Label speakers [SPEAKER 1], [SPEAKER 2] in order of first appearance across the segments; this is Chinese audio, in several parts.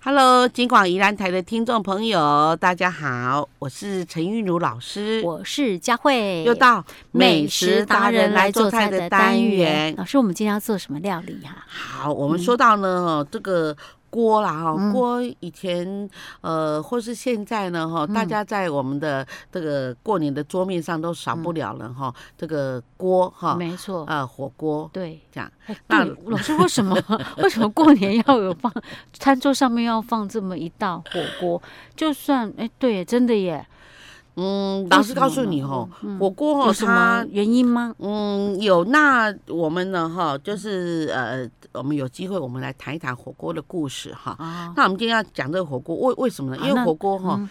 [SPEAKER 1] Hello，金广宜兰台的听众朋友，大家好，我是陈韵如老师，
[SPEAKER 2] 我是佳慧，
[SPEAKER 1] 又到美食达人来做菜的单元。
[SPEAKER 2] 老师，我们今天要做什么料理哈、
[SPEAKER 1] 好，我们说到呢，哦这个锅啦，哈，
[SPEAKER 2] 嗯
[SPEAKER 1] 锅以前呃，或是现在呢，
[SPEAKER 2] 嗯
[SPEAKER 1] 哈，大家在我们的这个过年的桌面上都少不了了哈，这个锅哈，
[SPEAKER 2] 嗯没错，
[SPEAKER 1] 呃，火锅
[SPEAKER 2] 对。
[SPEAKER 1] 这样。
[SPEAKER 2] 哎
[SPEAKER 1] 那
[SPEAKER 2] 对，老师，为 什么为什么过年要有放餐桌上面要放这么一道火锅？就算哎，对，真的耶。
[SPEAKER 1] 嗯，老师
[SPEAKER 2] 为什么
[SPEAKER 1] 告诉
[SPEAKER 2] 呢
[SPEAKER 1] 你哦，
[SPEAKER 2] 嗯
[SPEAKER 1] 火锅
[SPEAKER 2] 有
[SPEAKER 1] 哦，
[SPEAKER 2] 什么
[SPEAKER 1] 它
[SPEAKER 2] 原因吗？
[SPEAKER 1] 嗯，有。那我们呢？哈，就是呃，我们有机会，我们来谈一谈火锅的故事哈。
[SPEAKER 2] 啊，
[SPEAKER 1] 那我们今天要讲这个火锅，为为什么呢？
[SPEAKER 2] 好
[SPEAKER 1] 因为
[SPEAKER 2] 那
[SPEAKER 1] 火锅哈
[SPEAKER 2] 嗯，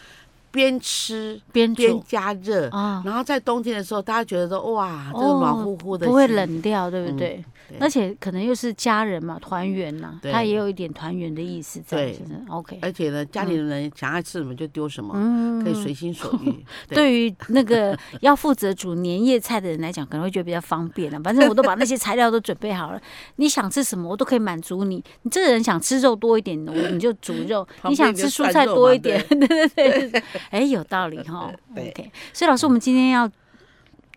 [SPEAKER 1] 边吃
[SPEAKER 2] 边
[SPEAKER 1] 哦边
[SPEAKER 2] 煮
[SPEAKER 1] 加热，
[SPEAKER 2] 啊，
[SPEAKER 1] 然后在冬天的时候，大家觉得说哇，这个
[SPEAKER 2] 哦
[SPEAKER 1] 暖乎乎的，
[SPEAKER 2] 不会。冷掉，对不
[SPEAKER 1] 嗯
[SPEAKER 2] 对？
[SPEAKER 1] 对
[SPEAKER 2] 而且可能又是家人嘛，团圆呐，
[SPEAKER 1] 对
[SPEAKER 2] 它也有一点团圆的意思在，
[SPEAKER 1] 对
[SPEAKER 2] 是不是？OK，
[SPEAKER 1] 而且呢，家里的人想爱吃什么就丢什么，
[SPEAKER 2] 嗯
[SPEAKER 1] 可以随心所 欲。
[SPEAKER 2] 对于那个要负责煮年夜菜的人来讲，可能会觉得比较方便啊了、反正我都把那些材料都准备好了，你想吃什么我都可以满足你。你这个人想吃肉多一点，我你就煮 肉；
[SPEAKER 1] 旁边
[SPEAKER 2] 你想
[SPEAKER 1] 就
[SPEAKER 2] 吃蔬
[SPEAKER 1] 涮
[SPEAKER 2] 菜
[SPEAKER 1] 肉
[SPEAKER 2] 多
[SPEAKER 1] 嘛
[SPEAKER 2] 一点，对 对对对。哎，有道理哈。
[SPEAKER 1] 对
[SPEAKER 2] OK，所以老师，我们今天要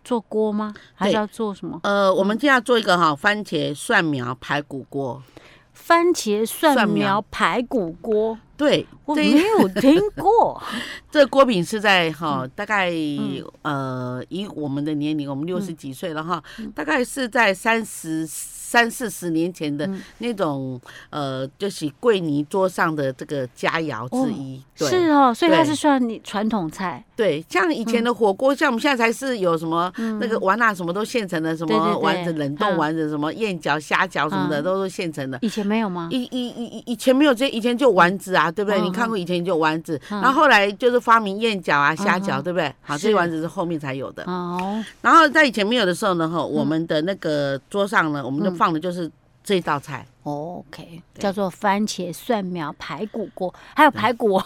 [SPEAKER 2] 做锅吗？还是
[SPEAKER 1] 对
[SPEAKER 2] 要做什么？
[SPEAKER 1] 呃，我们今天要做一个哈番茄蒜苗排骨锅，
[SPEAKER 2] 番茄蒜
[SPEAKER 1] 蒜苗
[SPEAKER 2] 苗排骨锅，
[SPEAKER 1] 对，
[SPEAKER 2] 我
[SPEAKER 1] 这一
[SPEAKER 2] 没有听过。
[SPEAKER 1] 这锅饼是在哈、
[SPEAKER 2] 嗯
[SPEAKER 1] 大概、呃，以我们的年龄，我们六
[SPEAKER 2] 嗯
[SPEAKER 1] 十几岁了哈，大概是在三十三四十年前的
[SPEAKER 2] 嗯
[SPEAKER 1] 那种、呃，就是桂泥桌上的这个佳肴之一。 对
[SPEAKER 2] 是哦，所以它
[SPEAKER 1] 对
[SPEAKER 2] 是算你传统菜。
[SPEAKER 1] 对，像以前的火锅，像我们现在才是有什么、那个丸啊，什么都现成的，什
[SPEAKER 2] 嗯对对
[SPEAKER 1] 么
[SPEAKER 2] 对
[SPEAKER 1] 丸子、冷冻
[SPEAKER 2] 嗯
[SPEAKER 1] 丸子，什么燕饺、虾饺什么的，
[SPEAKER 2] 嗯
[SPEAKER 1] 都是现成的。
[SPEAKER 2] 以前没有吗？
[SPEAKER 1] 以以以以以前没有这，以前就丸子啊，对不对？
[SPEAKER 2] 啊嗯
[SPEAKER 1] 你看过以前就丸子，
[SPEAKER 2] 嗯
[SPEAKER 1] 然后后来就是发明燕饺啊、虾
[SPEAKER 2] 嗯
[SPEAKER 1] 饺，
[SPEAKER 2] 嗯
[SPEAKER 1] 对不对？好，
[SPEAKER 2] 是
[SPEAKER 1] 这些丸子是后面才有的。
[SPEAKER 2] 哦，
[SPEAKER 1] 然后在以前没有的时候呢，哈，我们的那个桌上呢，我们就
[SPEAKER 2] 嗯
[SPEAKER 1] 放的就是这道菜。
[SPEAKER 2] OK，
[SPEAKER 1] 对
[SPEAKER 2] 叫做番茄蒜苗排骨锅，还有排
[SPEAKER 1] 嗯
[SPEAKER 2] 骨哦。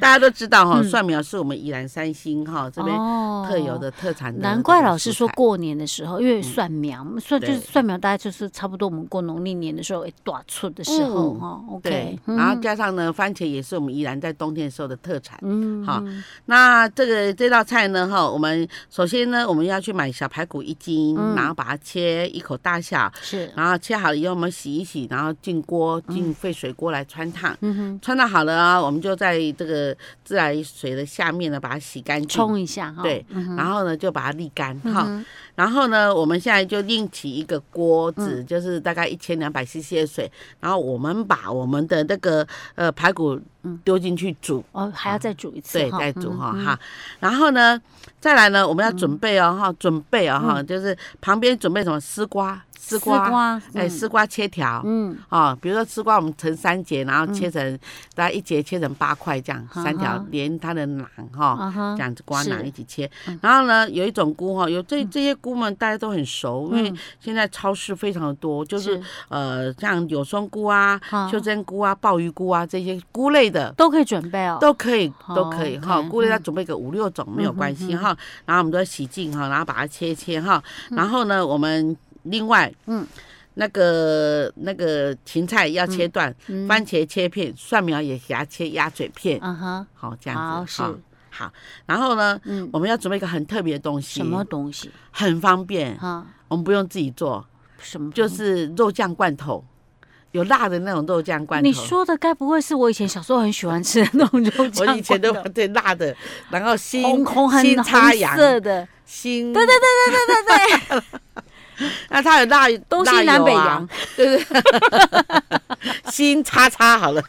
[SPEAKER 1] 大家都知道哈，
[SPEAKER 2] 嗯
[SPEAKER 1] 蒜苗是我们宜兰三星哈这边
[SPEAKER 2] 哦
[SPEAKER 1] 特有。的特产的。
[SPEAKER 2] 难怪老师说，过年的时候，因为蒜苗，蒜就是
[SPEAKER 1] 嗯对
[SPEAKER 2] 蒜苗，大概就是差不多我们过农历年的时候，哎，短促的时候
[SPEAKER 1] 嗯
[SPEAKER 2] 哈。
[SPEAKER 1] 对
[SPEAKER 2] OK，，
[SPEAKER 1] 然后加上呢，番茄也是我们宜兰在冬天的时候的特产。
[SPEAKER 2] 嗯，
[SPEAKER 1] 好那这个这道菜呢，哈，我们首先呢，我们要去买小排骨一斤，
[SPEAKER 2] 嗯
[SPEAKER 1] 然后把它切一口大小，
[SPEAKER 2] 是，
[SPEAKER 1] 然后切好了以后，我们洗一洗，然后进锅进沸水锅来穿烫。
[SPEAKER 2] 嗯哼，
[SPEAKER 1] 穿烫好了啊，我们就在这个自来水的下面呢，把它洗干净，
[SPEAKER 2] 冲一下哈。
[SPEAKER 1] 对
[SPEAKER 2] 嗯哼，
[SPEAKER 1] 然后呢就把它沥干哈。
[SPEAKER 2] 嗯哼
[SPEAKER 1] 然后呢，我们现在就另起一个锅
[SPEAKER 2] 嗯
[SPEAKER 1] 子，就是大概一千两百 CC 的水，然后我们把我们的那个呃排骨丢进去煮，
[SPEAKER 2] 哦，还要再煮一次
[SPEAKER 1] 对，
[SPEAKER 2] 嗯哈，
[SPEAKER 1] 再煮哈
[SPEAKER 2] 嗯，
[SPEAKER 1] 哈。然后呢，再来呢，我们要准备哦哈，准备哦哈，就是旁边准备什么丝瓜，丝
[SPEAKER 2] 嗯丝
[SPEAKER 1] 瓜，
[SPEAKER 2] 瓜，
[SPEAKER 1] 哎，
[SPEAKER 2] 嗯
[SPEAKER 1] 丝瓜切条。
[SPEAKER 2] 嗯，
[SPEAKER 1] 啊，比如说丝瓜，我们成三节，然后切成大概一节切成八块这样，三条
[SPEAKER 2] 嗯哼
[SPEAKER 1] 连它的囊哈，
[SPEAKER 2] 啊
[SPEAKER 1] 这
[SPEAKER 2] 哈，
[SPEAKER 1] 样子瓜
[SPEAKER 2] 是嗯
[SPEAKER 1] 囊一起切。然后呢，有一种菇哈，有这这些菇们大家都很熟，因为
[SPEAKER 2] 嗯
[SPEAKER 1] 现在超市非常的多，就是呃像有松菇啊、
[SPEAKER 2] 啊
[SPEAKER 1] 袖珍菇啊、鲍鱼菇啊这些菇类的。
[SPEAKER 2] 都可以准备哦。
[SPEAKER 1] 都可以，
[SPEAKER 2] 哦
[SPEAKER 1] 都可以哈。
[SPEAKER 2] OK，嗯
[SPEAKER 1] 菇类要准备个五六种没有关系哈。然后我们都洗净哈，然后把它切一切哈。然后呢，我们另外嗯
[SPEAKER 2] 嗯，
[SPEAKER 1] 那个那个芹菜要切断，
[SPEAKER 2] 嗯
[SPEAKER 1] 番茄切片，蒜苗也给它切鸭嘴片，
[SPEAKER 2] 嗯哼，
[SPEAKER 1] 好这样子
[SPEAKER 2] 好
[SPEAKER 1] 哈
[SPEAKER 2] 是。
[SPEAKER 1] 好，然后呢，
[SPEAKER 2] 嗯，
[SPEAKER 1] 我们要准备一个很特别的东西，
[SPEAKER 2] 什么东西
[SPEAKER 1] 很方便，
[SPEAKER 2] 哈？
[SPEAKER 1] 我们不用自己做，
[SPEAKER 2] 什么
[SPEAKER 1] 就
[SPEAKER 2] 东西
[SPEAKER 1] 是肉酱罐头，有辣的那种肉酱罐头。
[SPEAKER 2] 你说的该不会是我以前小时候很喜欢吃的 那种肉
[SPEAKER 1] 我
[SPEAKER 2] 酱罐头？
[SPEAKER 1] 以前都对辣的，然后新
[SPEAKER 2] 红红很
[SPEAKER 1] 新插
[SPEAKER 2] 红
[SPEAKER 1] 羊，
[SPEAKER 2] 色的，
[SPEAKER 1] 新对对对 对对对对，那它有辣
[SPEAKER 2] 东西
[SPEAKER 1] 辣油
[SPEAKER 2] 南北
[SPEAKER 1] 啊
[SPEAKER 2] 洋，。
[SPEAKER 1] 对对，新叉叉好了，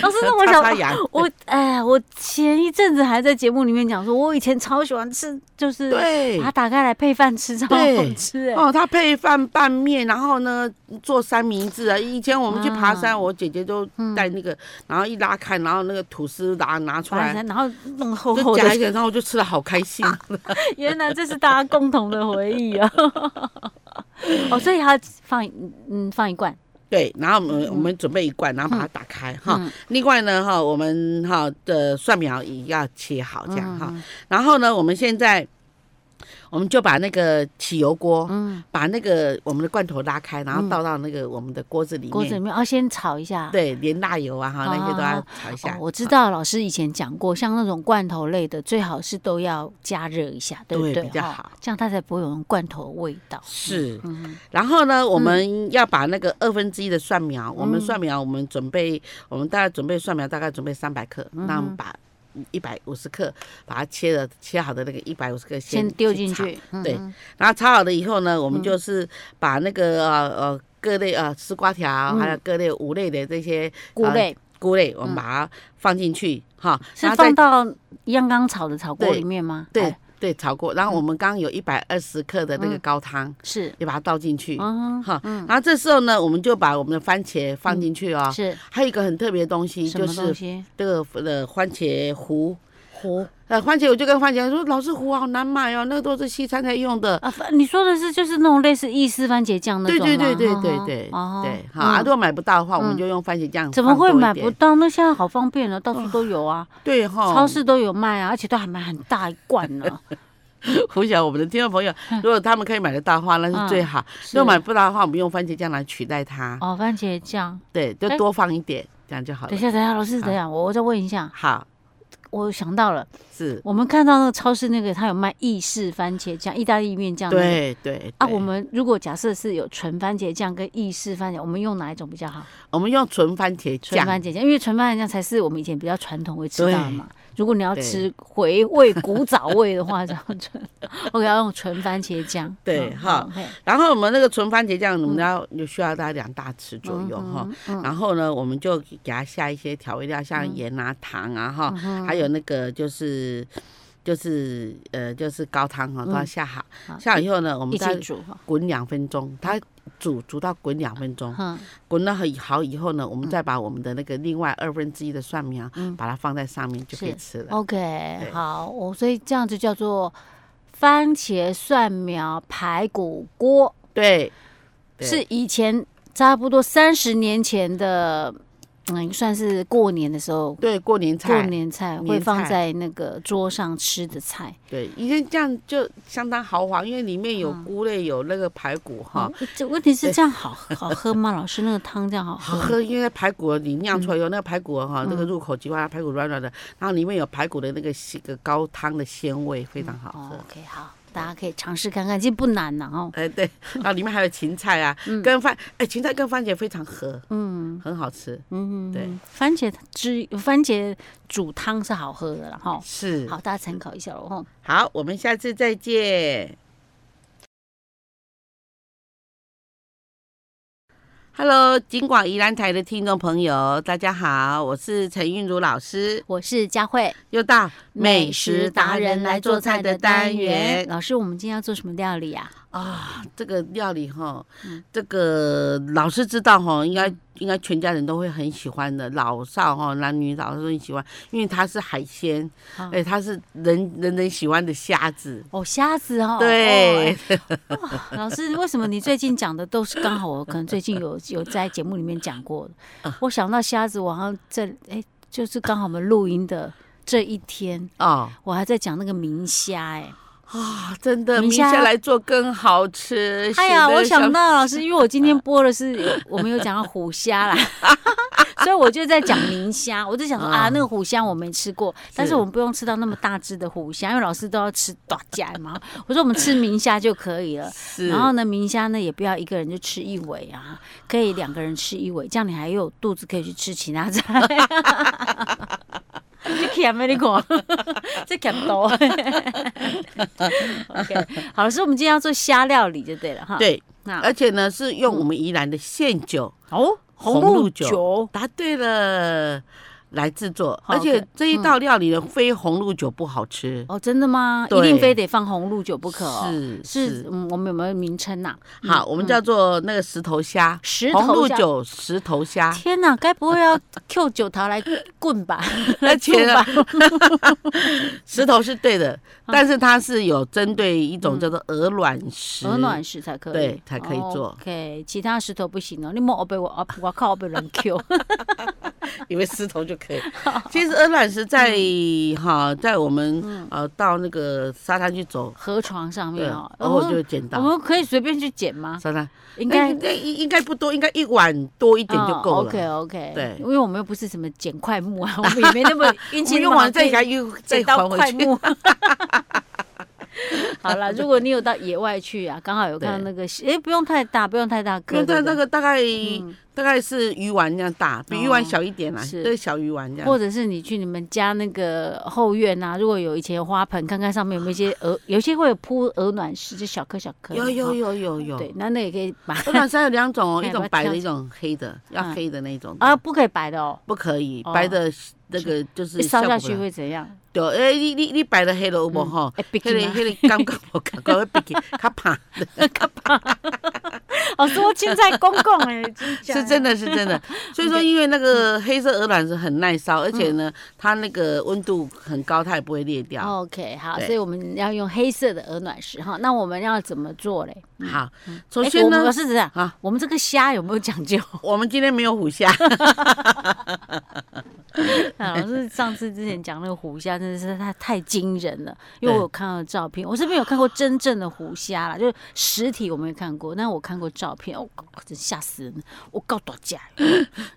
[SPEAKER 2] 老师，那 我
[SPEAKER 1] 叉叉
[SPEAKER 2] 想，
[SPEAKER 1] 羊，
[SPEAKER 2] 我哎，我前一阵子还在节目里面讲说，我以前超喜欢吃，就 是
[SPEAKER 1] 对
[SPEAKER 2] 把它打开来配饭吃，超好
[SPEAKER 1] 对
[SPEAKER 2] 吃哎。
[SPEAKER 1] 哦，它配饭拌面，然后呢做三明治啊。以前我们去爬山，
[SPEAKER 2] 啊
[SPEAKER 1] 我姐姐都带那个，然后一拉开，然后那个吐司拿拿出
[SPEAKER 2] 反
[SPEAKER 1] 来，
[SPEAKER 2] 正然后弄厚厚
[SPEAKER 1] 就夹一
[SPEAKER 2] 的，
[SPEAKER 1] 个，然后我就吃的好开 心。
[SPEAKER 2] 原来这是大家共同的回忆啊！ 哦，所以它放一嗯放一罐，
[SPEAKER 1] 对，然后我们我们准备一罐，然后把它打开哈
[SPEAKER 2] 嗯。
[SPEAKER 1] 另外呢哈，我们哈的蒜苗也要切好这样哈
[SPEAKER 2] 嗯。
[SPEAKER 1] 然后呢，我们现在我们就把那个起油锅，
[SPEAKER 2] 嗯
[SPEAKER 1] 把那个我们的罐头拉开，然后倒到那个我们的锅子里
[SPEAKER 2] 嗯锅子里
[SPEAKER 1] 面，
[SPEAKER 2] 面要哦先炒一下。
[SPEAKER 1] 对，连辣油啊哈那些都要
[SPEAKER 2] 啊
[SPEAKER 1] 炒一
[SPEAKER 2] 哦
[SPEAKER 1] 下。嗯
[SPEAKER 2] 我知道老师以前讲过，像那种罐头类的，最好是都要加热一下，对不
[SPEAKER 1] 对
[SPEAKER 2] 对？
[SPEAKER 1] 比较
[SPEAKER 2] 哦
[SPEAKER 1] 好
[SPEAKER 2] 这样它才不会有那种罐头的味道。
[SPEAKER 1] 是，
[SPEAKER 2] 嗯
[SPEAKER 1] 然后呢，我们要把那个二分之一的蒜苗，我
[SPEAKER 2] 嗯
[SPEAKER 1] 们蒜苗我们准备，我们大概准备蒜苗大概准备三百克，
[SPEAKER 2] 嗯
[SPEAKER 1] 那我们把一百五十克把它切了切好的那个一百五十克
[SPEAKER 2] 先丢进
[SPEAKER 1] 炒，
[SPEAKER 2] 去，嗯
[SPEAKER 1] 对，然后炒好了以后呢，我们就是把那个呃呃各类呃丝瓜条，
[SPEAKER 2] 嗯
[SPEAKER 1] 还有各类五类的这些
[SPEAKER 2] 菇
[SPEAKER 1] 呃
[SPEAKER 2] 类
[SPEAKER 1] 菇类，我们把它放进去哈，
[SPEAKER 2] 嗯是
[SPEAKER 1] 然后再
[SPEAKER 2] 放到一样刚炒的炒锅
[SPEAKER 1] 对
[SPEAKER 2] 里面吗？
[SPEAKER 1] 对
[SPEAKER 2] 哎，
[SPEAKER 1] 对炒过，然后我们刚刚有一百二十克的那个高汤。
[SPEAKER 2] 是，
[SPEAKER 1] 也把它倒进去，
[SPEAKER 2] 嗯
[SPEAKER 1] 哈，然后这时候呢，我们就把我们的番茄放进去哦
[SPEAKER 2] 哼，。是
[SPEAKER 1] 还有一个很特别的东西，
[SPEAKER 2] 嗯什
[SPEAKER 1] 就
[SPEAKER 2] 么东
[SPEAKER 1] 是
[SPEAKER 2] 西？
[SPEAKER 1] 这个呃番茄糊。
[SPEAKER 2] 糊
[SPEAKER 1] 呃，番茄我就跟番茄说，老师糊好难买哦，那个都是西餐才用的。
[SPEAKER 2] 啊，番你说的是就是那种类似意式番茄酱那
[SPEAKER 1] 对
[SPEAKER 2] 种
[SPEAKER 1] 对对
[SPEAKER 2] 吗
[SPEAKER 1] 对
[SPEAKER 2] 哈
[SPEAKER 1] 对
[SPEAKER 2] 哈
[SPEAKER 1] 对
[SPEAKER 2] 哦
[SPEAKER 1] 对，好，
[SPEAKER 2] 嗯
[SPEAKER 1] 啊，如果买不到的话，我们就用番茄酱。
[SPEAKER 2] 怎么会买不？到？那现在好方便了，到处都有啊，
[SPEAKER 1] 对哈，
[SPEAKER 2] 超市都有卖啊，而且都还买很大一 罐呢。
[SPEAKER 1] 我想我们的听众朋友，如果他们可以买得到的话，那是最好。
[SPEAKER 2] 嗯是
[SPEAKER 1] 如果买不到的话，我们用番茄酱来取代它，
[SPEAKER 2] 哦，番茄酱。
[SPEAKER 1] 对，就
[SPEAKER 2] 哎
[SPEAKER 1] 多放一点，这样就好
[SPEAKER 2] 等
[SPEAKER 1] 了
[SPEAKER 2] 一。下，等一下，老师，
[SPEAKER 1] 好
[SPEAKER 2] 等一下，我我再问一下，
[SPEAKER 1] 好，
[SPEAKER 2] 我想到了，
[SPEAKER 1] 是，
[SPEAKER 2] 我们看到那个超市那个，它有卖意式番茄酱、意大利面酱、那个。
[SPEAKER 1] 对对。
[SPEAKER 2] 啊，
[SPEAKER 1] 对
[SPEAKER 2] 我们如果假设是有纯番茄酱跟意式番茄，我们用哪一种比较好？
[SPEAKER 1] 我们用纯番茄
[SPEAKER 2] 纯
[SPEAKER 1] 酱，
[SPEAKER 2] 番茄酱，因为纯番茄酱才是我们以前比较传统会吃到的嘛。如果你要
[SPEAKER 1] 对
[SPEAKER 2] 吃回味古早味的话，这样纯， 我给它用纯番茄酱。
[SPEAKER 1] 对
[SPEAKER 2] 嗯
[SPEAKER 1] 哈，
[SPEAKER 2] 嗯
[SPEAKER 1] 然后我们那个纯番茄酱，我们要就需要大概两大匙左右哦哈。
[SPEAKER 2] 嗯
[SPEAKER 1] 然后呢，我们就给它下一些调味料，像盐啊、糖啊哈，
[SPEAKER 2] 嗯
[SPEAKER 1] 还有那个就是就是呃就是高汤哈，都要下好。
[SPEAKER 2] 嗯好
[SPEAKER 1] 下好以后呢，我们
[SPEAKER 2] 嘿嗯一
[SPEAKER 1] 再
[SPEAKER 2] 起煮哈。
[SPEAKER 1] 滚两分钟，它煮煮到滚两分钟，
[SPEAKER 2] 嗯，
[SPEAKER 1] 滚了很好以后呢，我们再把我们的那个另外二分之一的蒜苗，把它放在上面就可以
[SPEAKER 2] 嗯是哦
[SPEAKER 1] 吃了。
[SPEAKER 2] OK，好，我所以这样就叫做番茄蒜苗排骨锅，
[SPEAKER 1] 对，对
[SPEAKER 2] 是以前差不多三十年前的，嗯，算是过年的时候。
[SPEAKER 1] 对过年
[SPEAKER 2] 过
[SPEAKER 1] 菜，
[SPEAKER 2] 年菜会
[SPEAKER 1] 年
[SPEAKER 2] 放
[SPEAKER 1] 菜
[SPEAKER 2] 在那个桌上吃的菜，
[SPEAKER 1] 对，以前这样就相当豪华，因为里面有
[SPEAKER 2] 嗯
[SPEAKER 1] 菇类，有那个排骨哈
[SPEAKER 2] 哦，，这问题是
[SPEAKER 1] 对
[SPEAKER 2] 这样好好喝吗？老师，那个汤这样好
[SPEAKER 1] 好
[SPEAKER 2] 喝？
[SPEAKER 1] 喝，因为排骨你酿出来以
[SPEAKER 2] 嗯
[SPEAKER 1] 后，那个排骨哈，那个入口即化，排骨软软的，然后里面有排骨的那个那个高汤的鲜味，非常好
[SPEAKER 2] 哦
[SPEAKER 1] 喝。
[SPEAKER 2] OK，好，大家可以尝试看看，其实不难呢、哦。
[SPEAKER 1] 哎， 对，然后里面还有芹菜啊，
[SPEAKER 2] 嗯
[SPEAKER 1] 跟番哎芹菜跟番茄非常合，嗯，很好吃，
[SPEAKER 2] 嗯，
[SPEAKER 1] 对，
[SPEAKER 2] 番茄汁、番茄煮汤是好喝的了哈。
[SPEAKER 1] 是
[SPEAKER 2] 好，大家参考一下哦喽哈。
[SPEAKER 1] 哦好，我们下次再见。Hello，金广宜兰台的听众朋友，大家好，我是陈韵如老师，
[SPEAKER 2] 我是佳慧，
[SPEAKER 1] 又到美食达人来做菜的单元
[SPEAKER 2] 老师，我们今天要做什么料理啊？
[SPEAKER 1] 啊、这个料理哈，这个老师知道哈，应该应该全家人都会很喜欢的，老少哈，男女老少都很喜欢，因为它是海鲜，
[SPEAKER 2] 啊
[SPEAKER 1] 哎、它是人人人喜欢的虾子，
[SPEAKER 2] 哦，虾子哦。
[SPEAKER 1] 对。
[SPEAKER 2] 哦 哎老师，为什么你最近讲的都是刚好我可 能最近有有在节目里面讲过的？
[SPEAKER 1] 啊
[SPEAKER 2] 我想到虾子，我好像这哎，就是刚好我们录音的这一天，
[SPEAKER 1] 哦
[SPEAKER 2] 我还在讲那个明虾哎。
[SPEAKER 1] 啊、真的，
[SPEAKER 2] 明
[SPEAKER 1] 明
[SPEAKER 2] 虾
[SPEAKER 1] 虾来做更好吃。
[SPEAKER 2] 哎
[SPEAKER 1] 显
[SPEAKER 2] 呀，
[SPEAKER 1] 得
[SPEAKER 2] 我
[SPEAKER 1] 像
[SPEAKER 2] 想到 老师，因为我今天播的是 我们有讲到虎虾啦， 所以我就在讲明虾，我就想说啊，
[SPEAKER 1] 啊
[SPEAKER 2] 那个虎虾我没吃过，但是我们不用吃到那么大只的虎虾，因为老师都要吃大家嘛。我说我们吃明虾就可以了，
[SPEAKER 1] 是，
[SPEAKER 2] 然后呢，明虾呢也不要一个人就吃一尾啊，可以两个人吃一尾，这样你还有肚子可以去吃其他菜。 你欠没你看， 这欠多。OK，好了，所以我们今天要做虾料理就对了哈。，
[SPEAKER 1] 对，呃
[SPEAKER 2] 那
[SPEAKER 1] 而且呢是用我们宜兰的现酒，
[SPEAKER 2] 哦，红
[SPEAKER 1] 红
[SPEAKER 2] 露
[SPEAKER 1] 露
[SPEAKER 2] 酒
[SPEAKER 1] 答对了，来制作。
[SPEAKER 2] 嗯好
[SPEAKER 1] 而且
[SPEAKER 2] OK，嗯
[SPEAKER 1] 这一道料理呢，非红露酒不好吃，
[SPEAKER 2] 哦，真的吗？一
[SPEAKER 1] 对
[SPEAKER 2] 定非得放红露酒不可哦。
[SPEAKER 1] 是
[SPEAKER 2] 是
[SPEAKER 1] 是，，
[SPEAKER 2] 嗯，我们有没有名称呐？
[SPEAKER 1] 好，我们叫做那个石头虾，
[SPEAKER 2] 石
[SPEAKER 1] 红
[SPEAKER 2] 头
[SPEAKER 1] 露
[SPEAKER 2] 虾。
[SPEAKER 1] 酒石头 虾，
[SPEAKER 2] 天哪，该不会要 Q 九桃来棍吧？
[SPEAKER 1] 而且呢
[SPEAKER 2] 来醋吧
[SPEAKER 1] 石头是对的，
[SPEAKER 2] 嗯
[SPEAKER 1] 但是它是有针对一种叫做鹅卵石，
[SPEAKER 2] 鹅卵石才可以，
[SPEAKER 1] 对才可以做
[SPEAKER 2] OK，其他石头不行哦，你莫我被我我靠我被人 Q，
[SPEAKER 1] 以为狮头就可以。其实鹅卵石在
[SPEAKER 2] 嗯
[SPEAKER 1] 哈，在我们呃到那个沙滩去走，
[SPEAKER 2] 河床上
[SPEAKER 1] 对，
[SPEAKER 2] 面
[SPEAKER 1] 然
[SPEAKER 2] 哦，
[SPEAKER 1] 后我就捡
[SPEAKER 2] 我
[SPEAKER 1] 到
[SPEAKER 2] 们可以随便去捡吗？
[SPEAKER 1] 沙滩，哎
[SPEAKER 2] 应该哦
[SPEAKER 1] 那应应该不多，应该一碗多一点就够了。
[SPEAKER 2] OK OK，
[SPEAKER 1] 对
[SPEAKER 2] 因为我们又不是什么捡块木啊，我 们也没那么运
[SPEAKER 1] 我们
[SPEAKER 2] 气那
[SPEAKER 1] 用
[SPEAKER 2] 么好
[SPEAKER 1] 完
[SPEAKER 2] 可
[SPEAKER 1] 再
[SPEAKER 2] 以
[SPEAKER 1] 给它又再
[SPEAKER 2] 捡
[SPEAKER 1] 还
[SPEAKER 2] 到块
[SPEAKER 1] 回去。
[SPEAKER 2] 木。 好了，如果你有到野外去啊，刚好有看到那个，哎，不用太大，不用太大颗，
[SPEAKER 1] 因为它那
[SPEAKER 2] 对
[SPEAKER 1] 个大概
[SPEAKER 2] 嗯
[SPEAKER 1] 大概是鱼丸那样大，比鱼
[SPEAKER 2] 哦
[SPEAKER 1] 丸小一点啦，
[SPEAKER 2] 是
[SPEAKER 1] 对，小鱼丸这
[SPEAKER 2] 不对
[SPEAKER 1] 样。
[SPEAKER 2] 或者是你去你们家那个后院啊，如果有以前有花盆，看看上面有没有一些鹅，有些会有铺鹅卵石，就小颗小颗的。
[SPEAKER 1] 有有
[SPEAKER 2] 哦
[SPEAKER 1] 有有有，
[SPEAKER 2] 对，那那也可以把
[SPEAKER 1] 鹅卵石有两 种哦，
[SPEAKER 2] 哎
[SPEAKER 1] 一种
[SPEAKER 2] 把
[SPEAKER 1] 白
[SPEAKER 2] 它挑
[SPEAKER 1] 的，一种黑的，要
[SPEAKER 2] 嗯
[SPEAKER 1] 黑的那一种
[SPEAKER 2] 啊，不可以摆的哦，
[SPEAKER 1] 不可以，
[SPEAKER 2] 哦
[SPEAKER 1] 白的那个 就是
[SPEAKER 2] 一烧
[SPEAKER 1] 效果
[SPEAKER 2] 下
[SPEAKER 1] 不
[SPEAKER 2] 去
[SPEAKER 1] 良
[SPEAKER 2] 会怎样？
[SPEAKER 1] 对，哎，你你你白的黑萝卜吼，
[SPEAKER 2] 哎，毕
[SPEAKER 1] 迄
[SPEAKER 2] 竟
[SPEAKER 1] 个迄个感觉无感觉，会比较 怕，
[SPEAKER 2] 哦，说青菜公公哎，
[SPEAKER 1] 是真
[SPEAKER 2] 的，嗯
[SPEAKER 1] 的是真的。 所以说，因为那个黑色鹅卵石很耐烧，而且呢，它那个温度很高，它也不会裂掉。
[SPEAKER 2] OK，好，
[SPEAKER 1] 对
[SPEAKER 2] 所以我们要用黑色的鹅卵石哈。那我们要怎么做嘞？
[SPEAKER 1] 好，首
[SPEAKER 2] 诶
[SPEAKER 1] 先
[SPEAKER 2] 嗯哎我们
[SPEAKER 1] 呢
[SPEAKER 2] 我，是这样
[SPEAKER 1] 啊
[SPEAKER 2] 啊，我们这个虾有没有讲究？
[SPEAKER 1] 我们今天没有虎 虾，
[SPEAKER 2] 啊老师上次之前讲那个虎虾，真的是它太惊人了，因为我有看到照片，我是没有看过真正的虎虾啦，就是实体我没有看过，但我看过照片，哦，真吓死人了，我告打架，